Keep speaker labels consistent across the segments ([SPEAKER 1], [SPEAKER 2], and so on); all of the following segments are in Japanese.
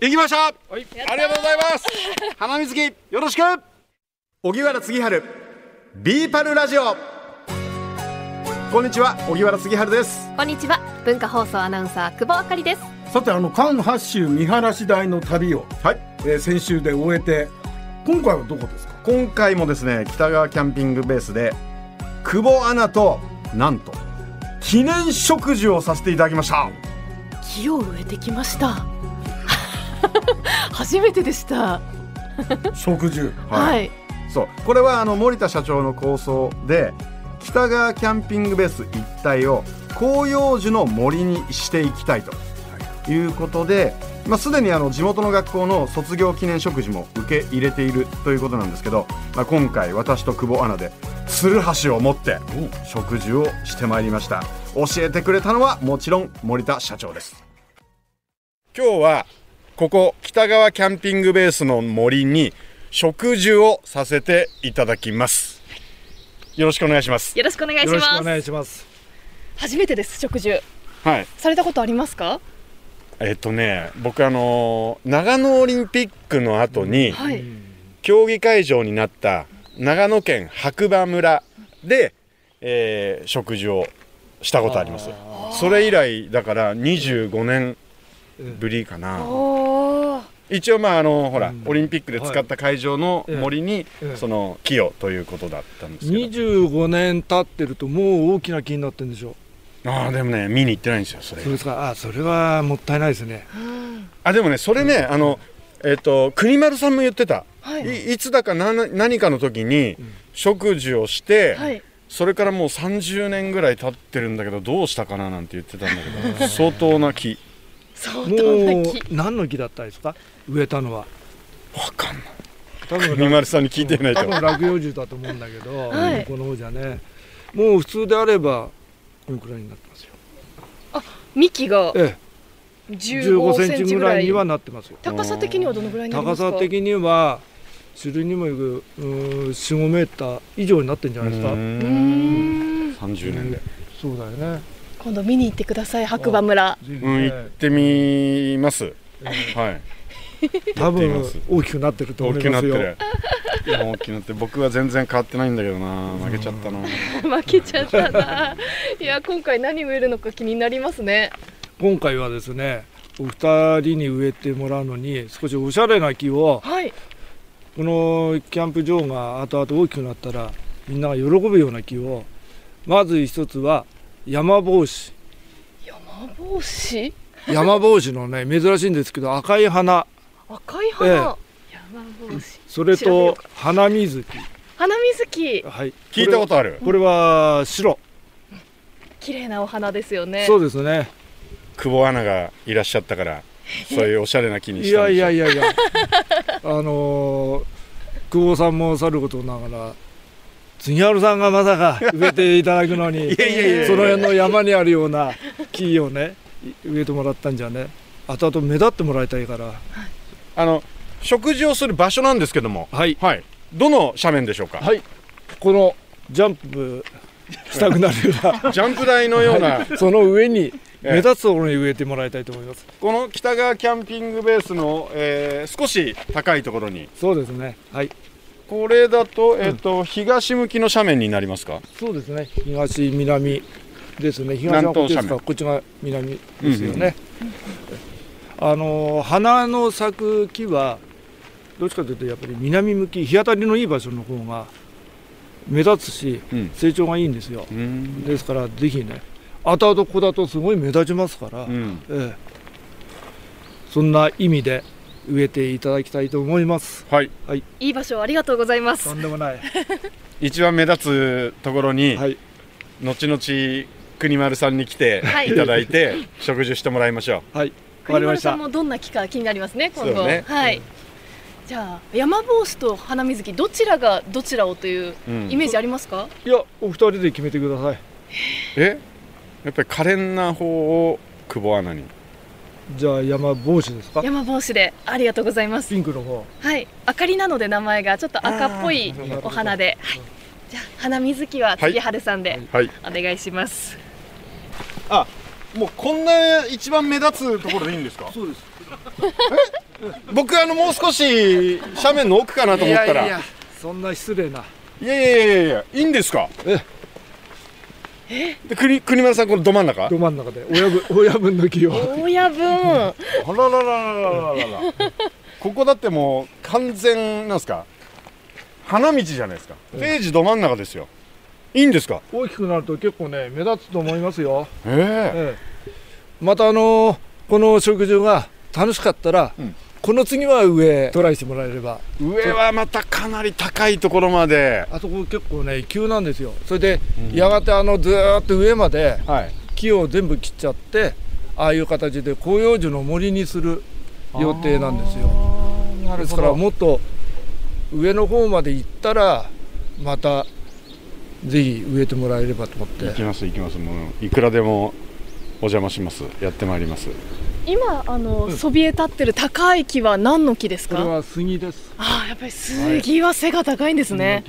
[SPEAKER 1] できました
[SPEAKER 2] はい、
[SPEAKER 1] ありがとうございます花水木よろしく
[SPEAKER 3] 荻原杉春ビーパルラジオこんにちは荻原杉春です
[SPEAKER 4] こんにちは文化放送アナウンサー久保あかりです
[SPEAKER 2] さてあの関八州見晴らし台の旅を、
[SPEAKER 3] はい
[SPEAKER 2] えー先週で終えて今回はど こですか
[SPEAKER 3] 今回もですね北川キャンピングベースで久保アナとなんと記念植樹をさせていただきました
[SPEAKER 5] 木を植えてきました 初めてでした
[SPEAKER 2] 食事
[SPEAKER 5] はい、
[SPEAKER 3] そうこれはあの森田社長の構想で北川キャンピングベース一帯を広葉樹の森にしていきたいということで、まあ、すでにあの地元の学校の卒業記念食事も受け入れているということなんですけど、まあ、今回私と久保アナでつるはしを持って食事をしてまいりました教えてくれたのはもちろん森田社長です
[SPEAKER 1] 今日はここ北川キャンピングベースの森に植樹をさせていただきますよろしくお願いします
[SPEAKER 5] よろしくお願いし
[SPEAKER 2] よろ
[SPEAKER 5] ま
[SPEAKER 2] しく
[SPEAKER 5] す
[SPEAKER 2] お願いします
[SPEAKER 5] 初めてです食事
[SPEAKER 1] はい
[SPEAKER 5] されたことありますか
[SPEAKER 1] えっとね僕あのー長野オリンピックの後に、
[SPEAKER 5] はい、
[SPEAKER 1] 競技会場になった長野県白馬村で、えー植樹をしたことありますそれ以来だから25年ぶりかな、
[SPEAKER 5] おー
[SPEAKER 1] 一応まああのほら、
[SPEAKER 2] うん
[SPEAKER 1] オリンピックで使った会場の
[SPEAKER 6] はい
[SPEAKER 1] 森に、
[SPEAKER 6] ええ
[SPEAKER 1] その木をということだったんですけど
[SPEAKER 6] 25年経ってるともう大きな木になってるんでしょう
[SPEAKER 1] ああでもね見に行ってないんですよそれ
[SPEAKER 6] そうですかあそれはもったいないですね
[SPEAKER 1] あでもねそれね、あのえっ、と国丸さんも言ってた、
[SPEAKER 5] はい
[SPEAKER 1] い、いつだかな何かの時に植樹をして、
[SPEAKER 5] はい
[SPEAKER 1] それからもう30年ぐらい経ってるんだけどどうしたかななんて言ってたんだけど相当な木
[SPEAKER 5] 相
[SPEAKER 6] も
[SPEAKER 5] 当な
[SPEAKER 6] う
[SPEAKER 5] 木
[SPEAKER 6] 何の木だったですか植えたのは
[SPEAKER 1] わかんない
[SPEAKER 6] 多
[SPEAKER 1] 国丸さんに聞いてないと
[SPEAKER 6] 多分落葉樹だと思うんだけど、
[SPEAKER 5] はい
[SPEAKER 6] 向こうの方じゃねもう普通であればこのくらいになってますよ
[SPEAKER 5] 幹が
[SPEAKER 6] ええ
[SPEAKER 5] 15
[SPEAKER 6] 15
[SPEAKER 5] セ
[SPEAKER 6] セ
[SPEAKER 5] ン
[SPEAKER 6] ン
[SPEAKER 5] チ
[SPEAKER 6] チ
[SPEAKER 5] ぐ
[SPEAKER 6] ぐ
[SPEAKER 5] ら
[SPEAKER 6] ら
[SPEAKER 5] い
[SPEAKER 6] いにはなってますよ
[SPEAKER 5] 高さ的にはどのぐらいになりま
[SPEAKER 6] 高
[SPEAKER 5] すか
[SPEAKER 6] さ的には種類にもよく45メーター以上になってるんじゃないですか
[SPEAKER 5] うーん
[SPEAKER 1] 30年で
[SPEAKER 6] そうだよね
[SPEAKER 5] 今度見に行ってください白馬村
[SPEAKER 6] 随
[SPEAKER 1] うん
[SPEAKER 6] 分ね
[SPEAKER 1] 行ってみますはい
[SPEAKER 6] 多
[SPEAKER 1] 行ってみ
[SPEAKER 6] 分
[SPEAKER 1] ます
[SPEAKER 6] 大きくなってると
[SPEAKER 1] 大
[SPEAKER 6] 思
[SPEAKER 1] き
[SPEAKER 6] い
[SPEAKER 1] くな
[SPEAKER 6] ま
[SPEAKER 1] っ
[SPEAKER 6] す
[SPEAKER 1] て
[SPEAKER 6] よ
[SPEAKER 1] る もう大きくなって僕は全然変わってないんだけどな負けちゃったな
[SPEAKER 5] 負けちゃったないや今回何植えるのか気になりますね
[SPEAKER 6] 今回はですねお二人に植えてもらうのに少しおしゃれな木を
[SPEAKER 5] はい
[SPEAKER 6] このキャンプ場が後々大きくなったらみんなが喜ぶような木をまず一つは山帽子
[SPEAKER 5] 山帽子
[SPEAKER 6] 山帽子のね珍しいんですけど赤い花
[SPEAKER 5] 赤い花、
[SPEAKER 6] ええ
[SPEAKER 5] 山帽子
[SPEAKER 6] それ
[SPEAKER 5] 調べよう
[SPEAKER 6] と花水木、
[SPEAKER 5] 花水木
[SPEAKER 6] はい、
[SPEAKER 1] 聞いたことある
[SPEAKER 6] これは白
[SPEAKER 5] 綺麗なお花ですよね
[SPEAKER 6] そうですね
[SPEAKER 1] 久保アナがいらっしゃったからそういうおしゃれな木に
[SPEAKER 6] い
[SPEAKER 1] したん
[SPEAKER 6] や
[SPEAKER 1] で
[SPEAKER 6] い
[SPEAKER 1] しょ
[SPEAKER 6] やいやい やあのー久保さんもさることながら杉原さんがまさか植えていただくのに
[SPEAKER 1] いやいやいや
[SPEAKER 6] その辺の山にあるような木をねい植えてもらったんじゃね後々目立ってもらいたいから
[SPEAKER 1] あの食事をする場所なんですけども
[SPEAKER 6] はい
[SPEAKER 1] はいどの斜面でしょうか
[SPEAKER 6] はいこのジャンプしたくなるよ う
[SPEAKER 1] ジャンプ台のような
[SPEAKER 6] なその上に
[SPEAKER 1] ええ
[SPEAKER 6] 目立つところに植えてもらいたいと思います
[SPEAKER 1] この北川キャンピングベースの、えー少し高いところに
[SPEAKER 6] そうですねはい
[SPEAKER 1] これだと,、えーと東向きの斜面になりますか
[SPEAKER 6] そうですね東南ですね東はこっちですかこっちが南ですよね、あの花の咲く木はどっちかというとやっぱり南向き日当たりのいい場所の方が目立つし、
[SPEAKER 1] うん
[SPEAKER 6] 成長がいいんですよ
[SPEAKER 1] うん、
[SPEAKER 6] ですからぜひね後々ここだとすごい目立ちますから、ええ、そんな意味で植えていただきたいと思い ます
[SPEAKER 1] はい
[SPEAKER 5] いい場所をありがとうございます
[SPEAKER 6] とんでもない、
[SPEAKER 1] 一番目立つところに、
[SPEAKER 6] はい、
[SPEAKER 1] 後々国丸さんに来て
[SPEAKER 5] はい
[SPEAKER 1] いただいて、食事してもらいましょ
[SPEAKER 6] はい、わか
[SPEAKER 5] 栗
[SPEAKER 6] りま
[SPEAKER 5] 丸
[SPEAKER 6] し
[SPEAKER 5] さん
[SPEAKER 6] た
[SPEAKER 5] もどんな木か気になりますね今
[SPEAKER 1] そ
[SPEAKER 5] 度
[SPEAKER 1] うね
[SPEAKER 5] はいじゃあ山帽子と花水木どちらがどちらをという
[SPEAKER 1] う、うん
[SPEAKER 5] イメージありますか、
[SPEAKER 6] いやお二人で決めてください
[SPEAKER 1] えやっぱり可憐な方を久保アナに
[SPEAKER 6] じゃあ山帽子ですか
[SPEAKER 5] 山帽子でありがとうございます
[SPEAKER 6] ピンクの方
[SPEAKER 5] はい明かりなので名前がちょっと赤っぽいお花で、はい、じゃあ花水木は月春さんで
[SPEAKER 1] はい
[SPEAKER 5] お願いします、
[SPEAKER 1] もうこんな一番目立つところでいいんですか
[SPEAKER 6] そうです
[SPEAKER 1] 僕あのもう少し斜面の奥かなと思ったらいやいや
[SPEAKER 6] そんな失礼ない
[SPEAKER 1] やいやいやいいんですかで国国村さんこのど真ん中
[SPEAKER 6] ど真ん中で親分 親分の木を
[SPEAKER 5] 親分
[SPEAKER 1] あららららららららここだってもう完全なんですか花道じゃないですかステージど真ん中ですよいいんですか
[SPEAKER 6] 大きくなると結構ね目立つと思いますよ、
[SPEAKER 1] ええ
[SPEAKER 6] ええ、またあのーこの食事が楽しかったら、
[SPEAKER 1] うん
[SPEAKER 6] この次は上トライしてもらえれば
[SPEAKER 1] 上はまたかなり高いところまで
[SPEAKER 6] あそこ結構ね急なんですよそれで、やがてあのずーっと上まで
[SPEAKER 1] はい
[SPEAKER 6] 木を全部切っちゃってああいう形で広葉樹の森にする予定なんですよですからもっと上の方まで行ったらまたぜひ植えてもらえればと思っ
[SPEAKER 1] 行き
[SPEAKER 6] て
[SPEAKER 1] ます行きますもういくらでもお邪魔しますやってまいります
[SPEAKER 5] 今あの、そびえ立ってる高い木は何の木です
[SPEAKER 6] これ
[SPEAKER 5] か
[SPEAKER 6] は杉です
[SPEAKER 5] ああやっぱり杉は背が高いんですね、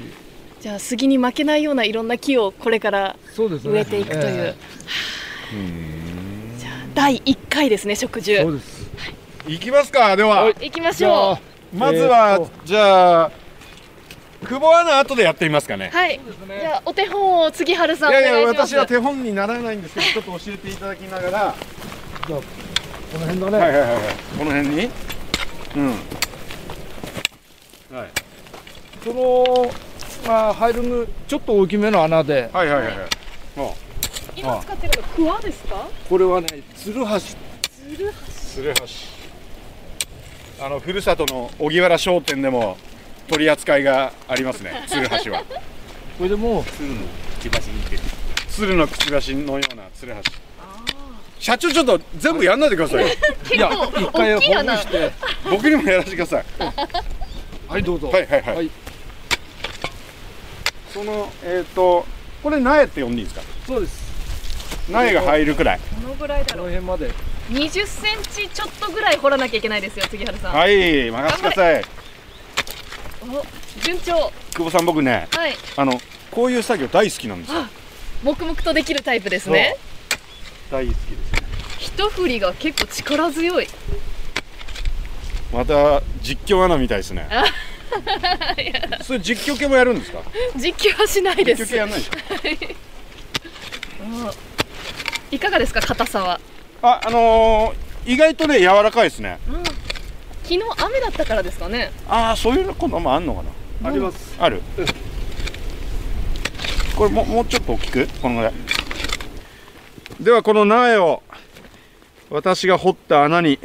[SPEAKER 5] じゃあ杉に負けないようないろんな木をこれから
[SPEAKER 6] そうですね
[SPEAKER 5] 植えていくという、
[SPEAKER 6] え
[SPEAKER 5] じゃあ第一回ですね食
[SPEAKER 6] えそう
[SPEAKER 5] 獣
[SPEAKER 6] です
[SPEAKER 1] 行きますかでは
[SPEAKER 5] 行きまし
[SPEAKER 6] じゃ
[SPEAKER 5] ょ
[SPEAKER 6] あ
[SPEAKER 1] えーまずは、
[SPEAKER 6] えーっ
[SPEAKER 1] じゃあ久保アナ後でやってみますかね
[SPEAKER 5] うはいじゃあお手本を杉原さん
[SPEAKER 1] い
[SPEAKER 5] お
[SPEAKER 1] やいや
[SPEAKER 5] 願いします
[SPEAKER 1] 私は手本にならないんですけどちょっと教えていただきながらは
[SPEAKER 6] この辺だ
[SPEAKER 1] い
[SPEAKER 6] ね、
[SPEAKER 1] はいはいはいこの辺にうんはい
[SPEAKER 6] このまあ入るちょっと大きめの穴で
[SPEAKER 1] はいはいはいはい
[SPEAKER 5] 今使ってるのクワですか
[SPEAKER 6] これはねツルハシ
[SPEAKER 5] つるは
[SPEAKER 1] 鶴橋あのふるさとの荻原商店でも取り扱いがありますね鶴橋は
[SPEAKER 6] これでもう
[SPEAKER 1] 鶴のくちばしのような鶴橋社長ちょっと全部やんないでください よ
[SPEAKER 6] いや一回
[SPEAKER 5] 大きい穴
[SPEAKER 6] ほぐして
[SPEAKER 1] 僕にもやらせてください
[SPEAKER 6] はいどうぞ
[SPEAKER 1] はいはいはい、
[SPEAKER 6] はい
[SPEAKER 1] そのえっ、とこれ苗って呼んでいいですか
[SPEAKER 6] そうです
[SPEAKER 1] 苗が入るくらい
[SPEAKER 5] どのぐらいだ
[SPEAKER 6] こ
[SPEAKER 5] ろ
[SPEAKER 6] の
[SPEAKER 5] う
[SPEAKER 6] 辺まで
[SPEAKER 5] 20センチちょっとぐらい掘らなきゃいけないですよ杉原さん、
[SPEAKER 1] はい任せてください
[SPEAKER 5] お順調
[SPEAKER 1] 久保さん僕ね
[SPEAKER 5] はい
[SPEAKER 1] あのこういう作業大好きなんですよ
[SPEAKER 5] 黙々とできるタイプですね
[SPEAKER 1] 大好きです
[SPEAKER 5] 一振りが結構力強いい
[SPEAKER 1] また実況アナみたいです ね
[SPEAKER 5] や
[SPEAKER 1] それ実況系もやるんですか
[SPEAKER 5] 実況はしないで
[SPEAKER 1] 実況
[SPEAKER 5] す
[SPEAKER 1] 系やんないですか
[SPEAKER 5] うんいかがですか硬さは
[SPEAKER 1] ああのー、意外とね柔らかいですね
[SPEAKER 5] 昨日雨だったからですかね
[SPEAKER 1] ああそういうの今度もあんのかな
[SPEAKER 6] あります
[SPEAKER 1] あるこれももうちょっと大きくこのぐらいではこの苗を私が掘った穴に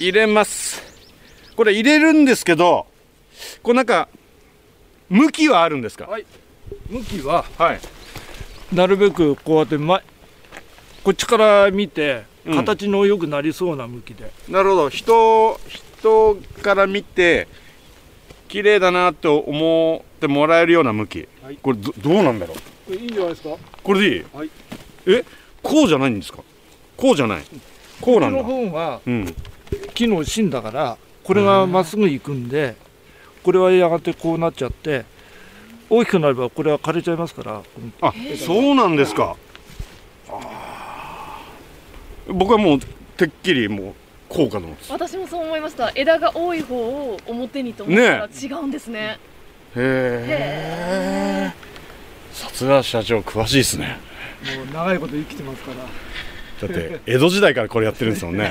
[SPEAKER 1] 入れますこれ入れるんですけどこれなんか向きはあるんですか
[SPEAKER 6] はい向きは
[SPEAKER 1] はい
[SPEAKER 6] なるべくこうやって前こっちから見て
[SPEAKER 1] うん
[SPEAKER 6] 形の良くなりそうな向きで、
[SPEAKER 1] なるほど人人から見て綺麗だなと思ってもらえるような向き、
[SPEAKER 6] はい
[SPEAKER 1] これどどうなんだろう
[SPEAKER 6] これいいんじゃないですかこ
[SPEAKER 1] これでいい、
[SPEAKER 6] はい
[SPEAKER 1] えこうじゃないんですかこうじゃないこうなんだ
[SPEAKER 6] の本は
[SPEAKER 1] うん
[SPEAKER 6] 木の芯だからこれがまっすぐ行くんでこれはやがてこうなっちゃって大きくなればこれは枯れちゃいますからこの
[SPEAKER 1] あそうなんですかあー僕はもうてっきりもうこうかと思ってたへ
[SPEAKER 5] 私もそう思いました枝が多い方を表にと思ったら違うんですね
[SPEAKER 1] えさすが社長詳しいですね
[SPEAKER 6] もう長いこと生きてますから
[SPEAKER 1] だって江戸時代からこれやってるんですもん ね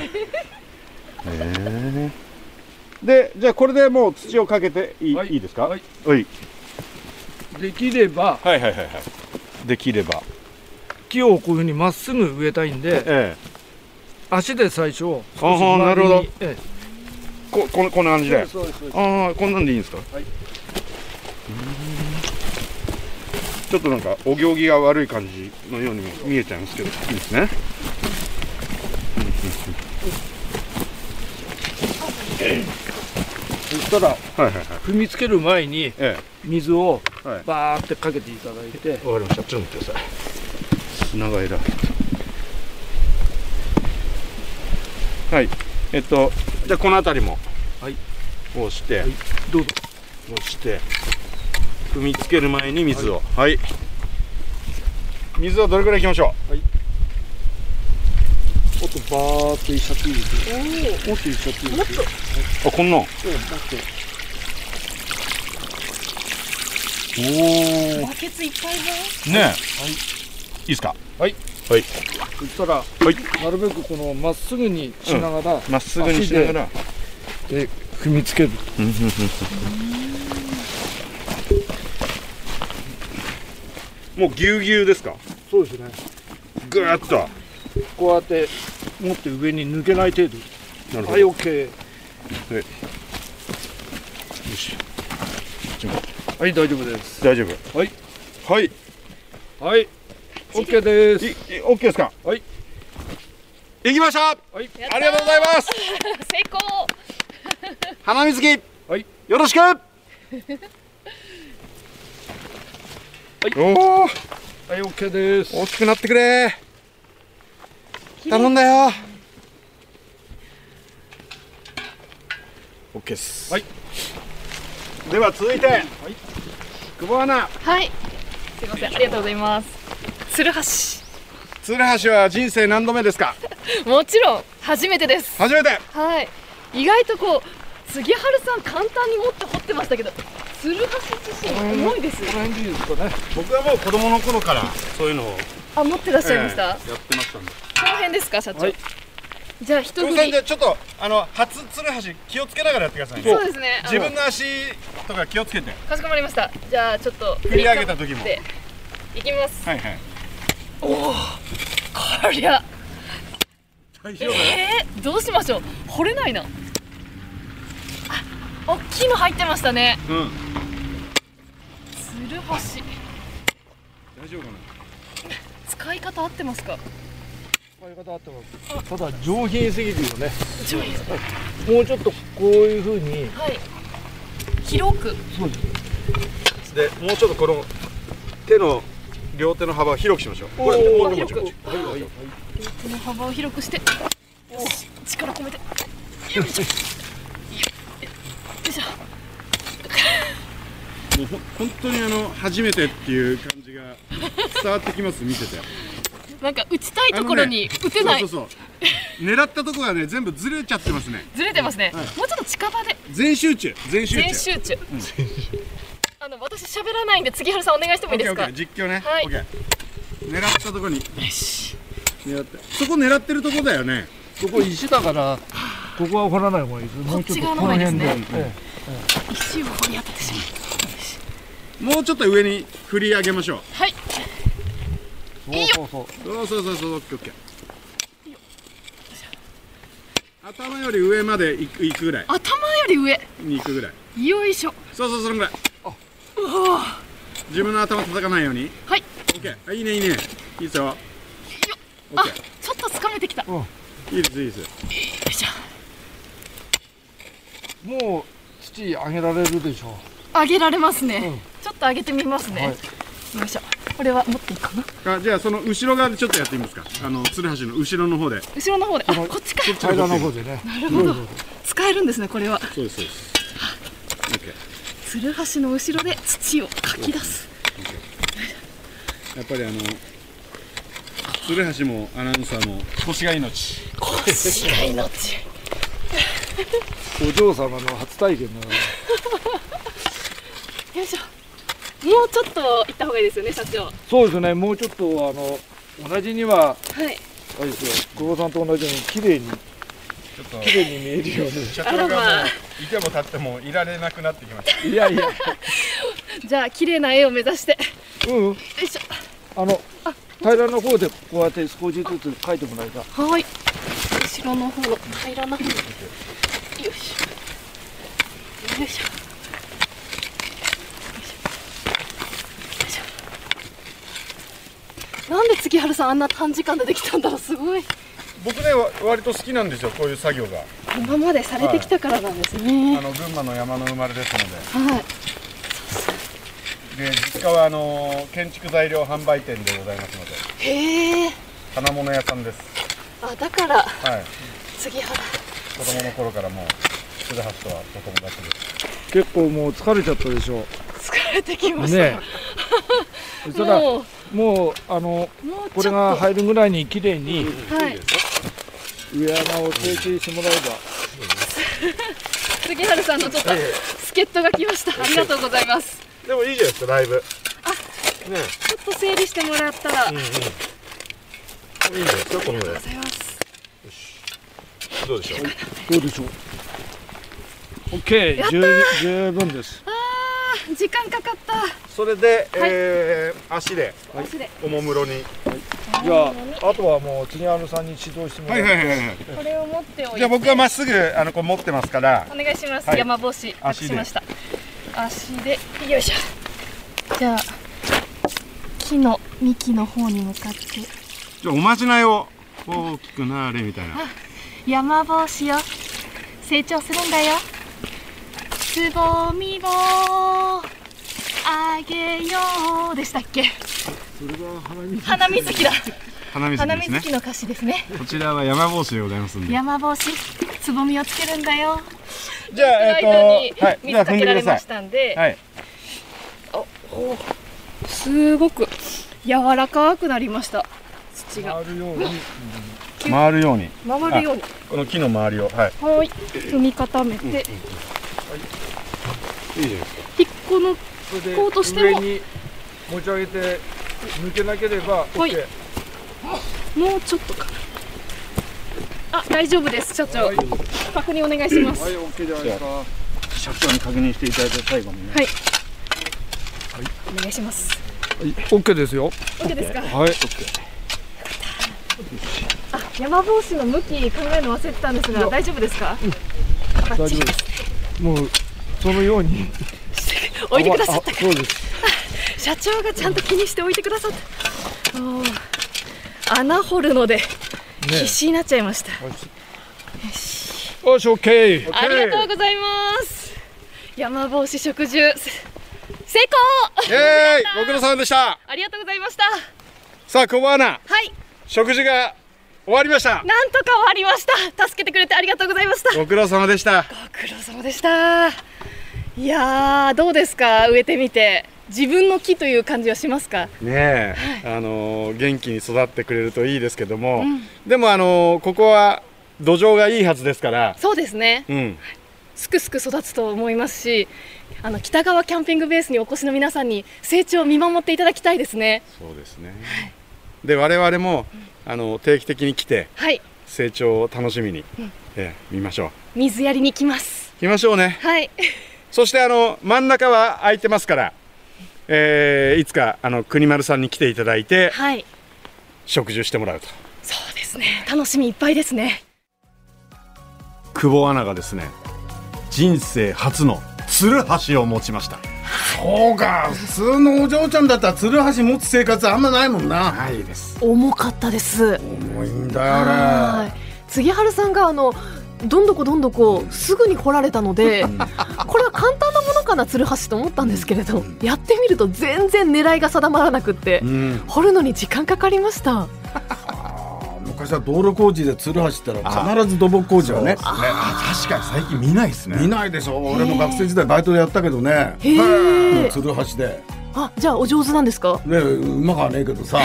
[SPEAKER 1] でじゃあこれでもう土をかけていい,、
[SPEAKER 6] はい
[SPEAKER 1] い、いですか、
[SPEAKER 6] はい
[SPEAKER 1] はい、
[SPEAKER 6] できれば
[SPEAKER 1] はいはいはいできれば
[SPEAKER 6] 木をこういうふうにまっすぐ植えたいんで
[SPEAKER 1] ええ
[SPEAKER 6] 足で最初少し
[SPEAKER 1] あーなるほど
[SPEAKER 6] 周りにえ
[SPEAKER 1] ここんこんな感じ
[SPEAKER 6] え
[SPEAKER 1] で
[SPEAKER 6] そうですそうです
[SPEAKER 1] ああこんなんでいいんですか、
[SPEAKER 6] はいう
[SPEAKER 1] ーんちょっとなんかお行儀が悪い感じのようにも見えちゃいますけどいいですね、うんうんうん
[SPEAKER 6] そしたら
[SPEAKER 1] はいはいはい
[SPEAKER 6] 踏みつける前に
[SPEAKER 1] え
[SPEAKER 6] 水を
[SPEAKER 1] えはい
[SPEAKER 6] バーってかけていただいて
[SPEAKER 1] わかりましたちょっと待ってください砂が偉いはいえっとじゃあこの辺りも
[SPEAKER 6] はい
[SPEAKER 1] こうして、
[SPEAKER 6] はいどうぞ
[SPEAKER 1] そして踏みつける前に水をはい、水はどれぐらいいきましょう、
[SPEAKER 6] はい
[SPEAKER 1] おっ
[SPEAKER 6] とバーっといっちゃっていいですよ。もっといっちゃっていいですよ。
[SPEAKER 1] あこんなん
[SPEAKER 6] うんもっと
[SPEAKER 1] おお
[SPEAKER 5] バケツいっぱい分
[SPEAKER 1] ねえ、い、いですか
[SPEAKER 6] そしたら、なるべくこのまっすぐにしながら、
[SPEAKER 1] まっすぐにしながら
[SPEAKER 6] で踏みつける。
[SPEAKER 1] もうぎゅうぎゅうですか
[SPEAKER 6] そうですね。
[SPEAKER 1] ぐーっと
[SPEAKER 6] こうやって持って上に抜けない程度。
[SPEAKER 1] なるほ
[SPEAKER 6] はい、オッケー。はい、大丈夫です。
[SPEAKER 1] 大丈夫
[SPEAKER 6] はい
[SPEAKER 1] はいい
[SPEAKER 6] はい、オッケーです。
[SPEAKER 1] い OK ですか
[SPEAKER 6] はい
[SPEAKER 1] できましたあ
[SPEAKER 6] はい、
[SPEAKER 1] りがとうございます
[SPEAKER 5] 成功
[SPEAKER 3] 花水木、
[SPEAKER 6] はい
[SPEAKER 3] よろしく
[SPEAKER 1] おお
[SPEAKER 6] はい、オッケーです。
[SPEAKER 1] 大きくなってくれ頼んだよ OK です
[SPEAKER 6] はい
[SPEAKER 1] では続いて、久保アナ
[SPEAKER 5] はいすいませんありがとうございます鶴橋
[SPEAKER 1] 鶴橋は人生何度目ですか
[SPEAKER 5] もちろん初めてです
[SPEAKER 1] 初めて
[SPEAKER 5] はい意外とこう杉原さん簡単に持って掘ってましたけど鶴橋自身重いです
[SPEAKER 6] この辺でいいですかね。
[SPEAKER 1] 僕はもう子供の頃からそういうのを
[SPEAKER 5] あ持ってらっしゃいました、
[SPEAKER 1] ええやってましたんで
[SPEAKER 5] この辺ですか社長、
[SPEAKER 6] はい
[SPEAKER 5] じゃあ一
[SPEAKER 1] 久保
[SPEAKER 5] 振
[SPEAKER 1] さん
[SPEAKER 5] り
[SPEAKER 1] じゃあちょっとあの初鶴橋気をつけながらやってくださいね
[SPEAKER 5] そうですねあの
[SPEAKER 1] 自分の足とか気をつけて
[SPEAKER 5] かしこまりましたじゃあちょっと振
[SPEAKER 1] 振り上げた時も
[SPEAKER 5] でいきます
[SPEAKER 1] はいはい
[SPEAKER 5] こりゃえー、どうしましょう掘れないなあ大きいの入ってましたね
[SPEAKER 1] うん
[SPEAKER 5] つるはし
[SPEAKER 1] 大丈夫か
[SPEAKER 5] 使い方合ってますか
[SPEAKER 6] こういう方あってます。ただ上品すぎるよね。
[SPEAKER 5] 上位
[SPEAKER 6] もうちょっとこういう風に。
[SPEAKER 5] はい広く
[SPEAKER 1] なでもうちょっとこの手の両手の幅を広くしましょうこれもうちょっとこっちこっちはいはい
[SPEAKER 5] 手の幅を広くしてよし力込めてよいしょよいしょ
[SPEAKER 1] もうほ本当にあの初めてっていう感 じが伝わってきます見てて
[SPEAKER 5] なんか打ちたいところに打てない、
[SPEAKER 1] そうそうそう狙ったとこがね全部ずれちゃってますね
[SPEAKER 5] ずれてますね、もうちょっと近場で
[SPEAKER 1] 全集中全集中
[SPEAKER 5] 全集中、あの私喋らないんで杉原さんお願いしてもいいです
[SPEAKER 1] オ
[SPEAKER 5] か
[SPEAKER 1] ッケーオッケー実況ね、
[SPEAKER 5] はい
[SPEAKER 1] オッケー狙ったとこに狙ってそこ狙ってるとこだよね
[SPEAKER 6] ここ石だから。ここは掘らない方がいいです。もうちょっとこの辺で。
[SPEAKER 5] こっ
[SPEAKER 1] ち側の方がいいですね
[SPEAKER 6] え
[SPEAKER 5] 石を掘り当ててしまう
[SPEAKER 1] もうちょっと上に振り上げましょう
[SPEAKER 5] はい
[SPEAKER 6] えそうそうそう。
[SPEAKER 1] そうそうそうそうオッケーオッケー頭より上まで行く行くぐらい
[SPEAKER 5] 頭より上
[SPEAKER 1] に行くぐらい
[SPEAKER 5] よいしょ
[SPEAKER 1] そうそうそのぐらい自分の頭叩かないように
[SPEAKER 5] はい
[SPEAKER 1] オッケーあいいねいいねいいですよオッ
[SPEAKER 5] あ
[SPEAKER 1] ケー
[SPEAKER 5] ちょっと掴めてきたよ
[SPEAKER 1] いいですいいです
[SPEAKER 5] いしょ
[SPEAKER 6] もう土あげられるでしょ
[SPEAKER 5] 上げられますね、
[SPEAKER 6] うん
[SPEAKER 5] ちょっと上げてみますね、
[SPEAKER 6] はい
[SPEAKER 5] よいしょこれは持っていいかな
[SPEAKER 1] あじゃあその後ろ側でちょっとやってみますかあの鶴橋の後ろの方で
[SPEAKER 5] 後ろの方であこっちか
[SPEAKER 6] う。階段の方でね。
[SPEAKER 5] 使えるんですねこれは
[SPEAKER 1] そうですそうですオッケ
[SPEAKER 5] つるはしの後ろで土をかき出す
[SPEAKER 1] ーやっぱりあの鶴橋もアナウンサーも腰が命
[SPEAKER 5] 腰が命
[SPEAKER 6] お嬢様の初体験だから。
[SPEAKER 5] よいしょもうちょっと行った方がいいですよね社長は
[SPEAKER 6] そうですね。もうちょっとあの同じには。
[SPEAKER 5] い
[SPEAKER 6] あれですよ。久保さんと同じように綺麗に
[SPEAKER 1] ちょっと
[SPEAKER 6] 綺麗に見えるように。
[SPEAKER 1] 社
[SPEAKER 5] あらまあ
[SPEAKER 1] いても立ってもいられなくなってきました
[SPEAKER 6] いやいや。
[SPEAKER 5] じゃあ綺麗な絵を目指してよ
[SPEAKER 6] うん。
[SPEAKER 5] いし
[SPEAKER 6] あの平らの方でこうやって少しずつ書いてもらえた。
[SPEAKER 5] ょはい後ろの方の平らな方よいしょよいしょよいしょよいしょなんで月春さんあんな短時間でできたんだろうすごい
[SPEAKER 1] 僕ねわ割と好きなんですよこういう作業が
[SPEAKER 5] 今までされてきたからなんです
[SPEAKER 1] あ
[SPEAKER 5] ね
[SPEAKER 1] の群馬の山の生まれですので
[SPEAKER 5] はい
[SPEAKER 1] で実家はあの建築材料販売店でございますので
[SPEAKER 5] へえ
[SPEAKER 1] 金物屋さんです
[SPEAKER 5] あだから
[SPEAKER 1] はい
[SPEAKER 5] 杉原
[SPEAKER 1] 子供の頃からもう鶴橋とはお友達です
[SPEAKER 6] 結構もう疲れちゃったでしょ
[SPEAKER 5] 疲れてきました、
[SPEAKER 6] ねえ。そしたら
[SPEAKER 5] も
[SPEAKER 6] もうあの
[SPEAKER 5] うもう
[SPEAKER 6] こ
[SPEAKER 5] ち
[SPEAKER 6] れ
[SPEAKER 5] ょ
[SPEAKER 6] が
[SPEAKER 5] っと
[SPEAKER 6] 入るぐらいに綺麗に
[SPEAKER 5] はい
[SPEAKER 6] 上山を提携してもらえば
[SPEAKER 5] 杉原さんのちょっと助っ人が来ました。ありがとうございます。
[SPEAKER 1] でもいいじゃないですかライブね
[SPEAKER 5] ちょっと整理してもらったら、ありがと
[SPEAKER 1] いいんですよこのぐらいう
[SPEAKER 5] ございます。
[SPEAKER 1] どうでしょう
[SPEAKER 6] どうでしょう OK 十十分です
[SPEAKER 5] 時間かかった。
[SPEAKER 1] それで、えー足で
[SPEAKER 5] 失礼
[SPEAKER 1] おもむろに
[SPEAKER 6] じゃああとはもう次原さんに指導してもらえば、
[SPEAKER 1] いはい
[SPEAKER 5] これを持っておい
[SPEAKER 1] じゃあ
[SPEAKER 5] て。
[SPEAKER 1] 僕はまっすぐあのこう持ってますから
[SPEAKER 5] お願いします。
[SPEAKER 1] はい
[SPEAKER 5] 山帽子隠
[SPEAKER 1] 足で
[SPEAKER 5] しました。足で、よいしょ。じゃあ、木の幹の方に向かって。
[SPEAKER 1] じゃおまじないを大きくなれみたいな
[SPEAKER 5] 山帽子よ。成長するんだよ。つぼみをあげようでしたっけ花水 木だ。
[SPEAKER 1] 花見
[SPEAKER 5] 花水木の歌詞ですね。
[SPEAKER 1] こちらは山帽子でございますん
[SPEAKER 5] 山帽子、つぼみをつけるんだよ。
[SPEAKER 1] じゃあ
[SPEAKER 5] ライト
[SPEAKER 1] えっ、とはい
[SPEAKER 5] に
[SPEAKER 1] じゃ
[SPEAKER 5] 水
[SPEAKER 1] あ
[SPEAKER 5] か
[SPEAKER 1] 踏ん
[SPEAKER 5] け
[SPEAKER 1] でくだ
[SPEAKER 5] られま
[SPEAKER 1] さい
[SPEAKER 5] したんで、
[SPEAKER 1] はい
[SPEAKER 5] すごく柔らかくなりました。土が
[SPEAKER 6] 回るように
[SPEAKER 1] 回るように
[SPEAKER 5] 回るように。
[SPEAKER 1] この木の周りをはい
[SPEAKER 5] はい、踏み固めて。
[SPEAKER 1] いいです
[SPEAKER 5] 引っこの、
[SPEAKER 6] それで
[SPEAKER 5] こうとしても
[SPEAKER 6] 上に持ち上げて抜けなければ OK、
[SPEAKER 5] はいもうちょっとかな。あ、大丈夫です、社長。確認お願いします。
[SPEAKER 6] はい、OK じゃないですか。
[SPEAKER 1] 社長に確認していただいて最後にね
[SPEAKER 5] お願いします。
[SPEAKER 6] OK ですよ。
[SPEAKER 5] OK ですか。
[SPEAKER 6] はい。
[SPEAKER 5] あ、山帽子の向き考えるの忘れてたんですが、大丈夫ですか。
[SPEAKER 6] 大丈夫です。もうそのように。
[SPEAKER 5] 置いてくださっ
[SPEAKER 6] あそうです。
[SPEAKER 5] た。社長がちゃんと気にして置いてくださった。おー穴掘るので、必死になっちゃいました。
[SPEAKER 6] よし OK。
[SPEAKER 5] ありがとうございます。山帽子植樹。せ成功。
[SPEAKER 1] イエーイご苦労さんでした
[SPEAKER 5] ありがとうございました。は
[SPEAKER 1] さあ小花
[SPEAKER 5] い。
[SPEAKER 1] 食事が終わりました
[SPEAKER 5] なんとか終わりました助けてくれてありがとうございました
[SPEAKER 1] ご苦労様でした
[SPEAKER 5] ご苦労様でしたいやーどうですか植えてみて自分の木という感じはしますか
[SPEAKER 1] ねえ、あのー元気に育ってくれるといいですけども、でもあのーここは土壌がいいはずですから
[SPEAKER 5] そうですね
[SPEAKER 1] うん
[SPEAKER 5] すくすく育つと思いますしあの北川キャンピングベースにお越しの皆さんに成長を見守っていただきたいですね
[SPEAKER 1] そうですね、で我々もあの定期的に来て
[SPEAKER 5] はい
[SPEAKER 1] 成長を楽しみに、ええ見ましょう
[SPEAKER 5] 水やりに来ます
[SPEAKER 1] 行きましょうね
[SPEAKER 5] はい
[SPEAKER 1] そしてあの真ん中は空いてますから、えーいつかあの国丸さんに来ていただいて
[SPEAKER 5] はい
[SPEAKER 1] 植樹してもらうと
[SPEAKER 5] そうですね楽しみいっぱいですね
[SPEAKER 3] 久保アナがですね人生初のつるはしを持ちました
[SPEAKER 2] そうか普通のお嬢ちゃんだったらつるはし持つ生活あんまないもんな
[SPEAKER 3] はいです
[SPEAKER 4] 重かったです
[SPEAKER 2] 重いんだよあれ
[SPEAKER 4] い杉原さんがあのどんどこどんどこすぐに掘られたのでこれは簡単なものかな鶴橋と思ったんですけれどやってみると全然狙いが定まらなくって掘るのに時間かかりました
[SPEAKER 2] 昔は道路工事でつるはしったら必ず土木工事はね
[SPEAKER 3] あ確かに最近見ないですね
[SPEAKER 2] 見ないでしょ俺も学生時代バイトでやったけどね
[SPEAKER 4] へえ
[SPEAKER 2] つるはしで
[SPEAKER 4] あじゃあお上手なんですか
[SPEAKER 2] ねうまくはねえけ どさ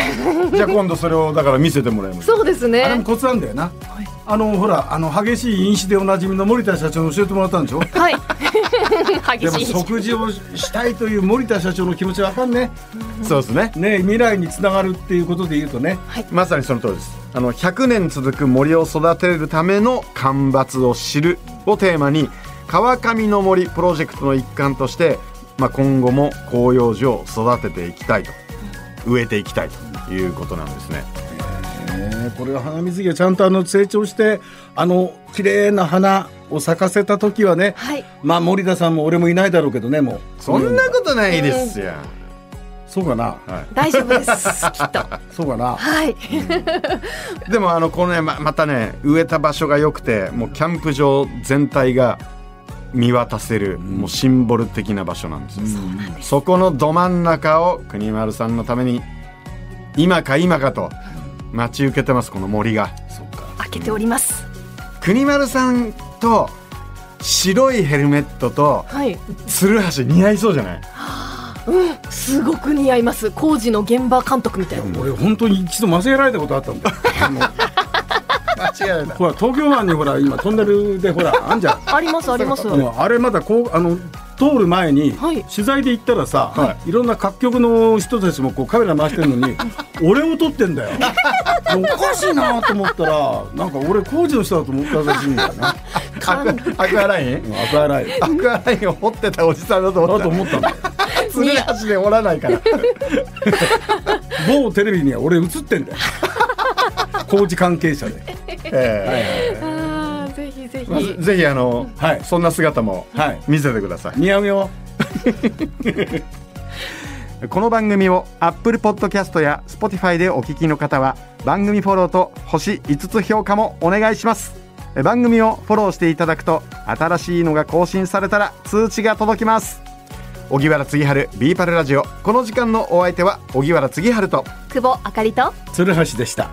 [SPEAKER 3] じゃあ今度それをだから見せてもらいます
[SPEAKER 4] そうです
[SPEAKER 2] あれも
[SPEAKER 4] ね
[SPEAKER 2] コツなんだよなあのほらあの激しい飲酒でおなじみの森田社長に教えてもらったんで しょ
[SPEAKER 4] はい激
[SPEAKER 2] でも
[SPEAKER 4] しい
[SPEAKER 2] 食事をしたいという森田社長の気持ちわかんね
[SPEAKER 3] そうですね
[SPEAKER 2] ね未来につながるっていうことで言うとね
[SPEAKER 3] まさにその通りですあの100年続く森を育てるための間伐を知るをテーマに川上の森プロジェクトの一環として、まあ、今後も広葉樹を育てていきたいと植えていきたいということなんですね
[SPEAKER 2] ねこれは花水着がちゃんとあの成長してあの綺麗な花を咲かせた時はね、
[SPEAKER 4] はい
[SPEAKER 2] まあ森田さんも俺もいないだろうけどねもう
[SPEAKER 3] そんなことないですよ、
[SPEAKER 2] そうかな
[SPEAKER 4] 大丈夫 ですきっと
[SPEAKER 2] そうかな
[SPEAKER 4] はい
[SPEAKER 3] でもあのこのねままたね植えた場所が良くてもうキャンプ場全体が見渡せる、もうシンボル的な場所なんですよ、そこのど真ん中を国丸さんのために今か今かと待ち受けてますこの森が
[SPEAKER 4] 開けております
[SPEAKER 3] 国丸さんと白いヘルメットと
[SPEAKER 4] はい
[SPEAKER 3] 鶴橋似合いそうじゃない
[SPEAKER 4] すごく似合います工事の現場監督みたいな
[SPEAKER 2] 俺本当に一度間違えられたことあったんだよ
[SPEAKER 3] 違うな
[SPEAKER 2] ほら東京湾にほら今トンネルでほらあんじゃん
[SPEAKER 4] ありますあります。
[SPEAKER 2] うんあれまだこうあの通る前に、
[SPEAKER 4] はい
[SPEAKER 2] 取材で行ったらさ、い、ろんな各局の人たちもこうカメラ回してるのに俺を撮ってんだよおかしいなと思ったらなんか俺工事の人だと思ったらしいんだよね
[SPEAKER 3] アクアクアライ ン
[SPEAKER 2] アクアライン
[SPEAKER 3] アクアラインを掘ってたおじさんだと思っ
[SPEAKER 2] だ
[SPEAKER 3] た
[SPEAKER 2] と思ったんだよ
[SPEAKER 3] 釣り橋で掘らな いから
[SPEAKER 2] 某テレビには俺映ってんだよ工事関係者で
[SPEAKER 3] え
[SPEAKER 4] あーぜひぜ
[SPEAKER 3] えまあ
[SPEAKER 4] ひ。
[SPEAKER 3] ぜひあの、
[SPEAKER 2] はい
[SPEAKER 3] そんな姿も
[SPEAKER 2] はい
[SPEAKER 3] 見せてください
[SPEAKER 2] 似合うよ
[SPEAKER 3] この番組を Apple Podcast や Spotify でお聞きの方は番組フォローと星5つ評価もお願いしますえ番組をフォローしていただくと新しいのが更新されたら通知が届きます荻原次春ビーパルラジオこの時間のお相手は荻原次春と
[SPEAKER 5] 久保あかりと
[SPEAKER 2] 鶴橋でした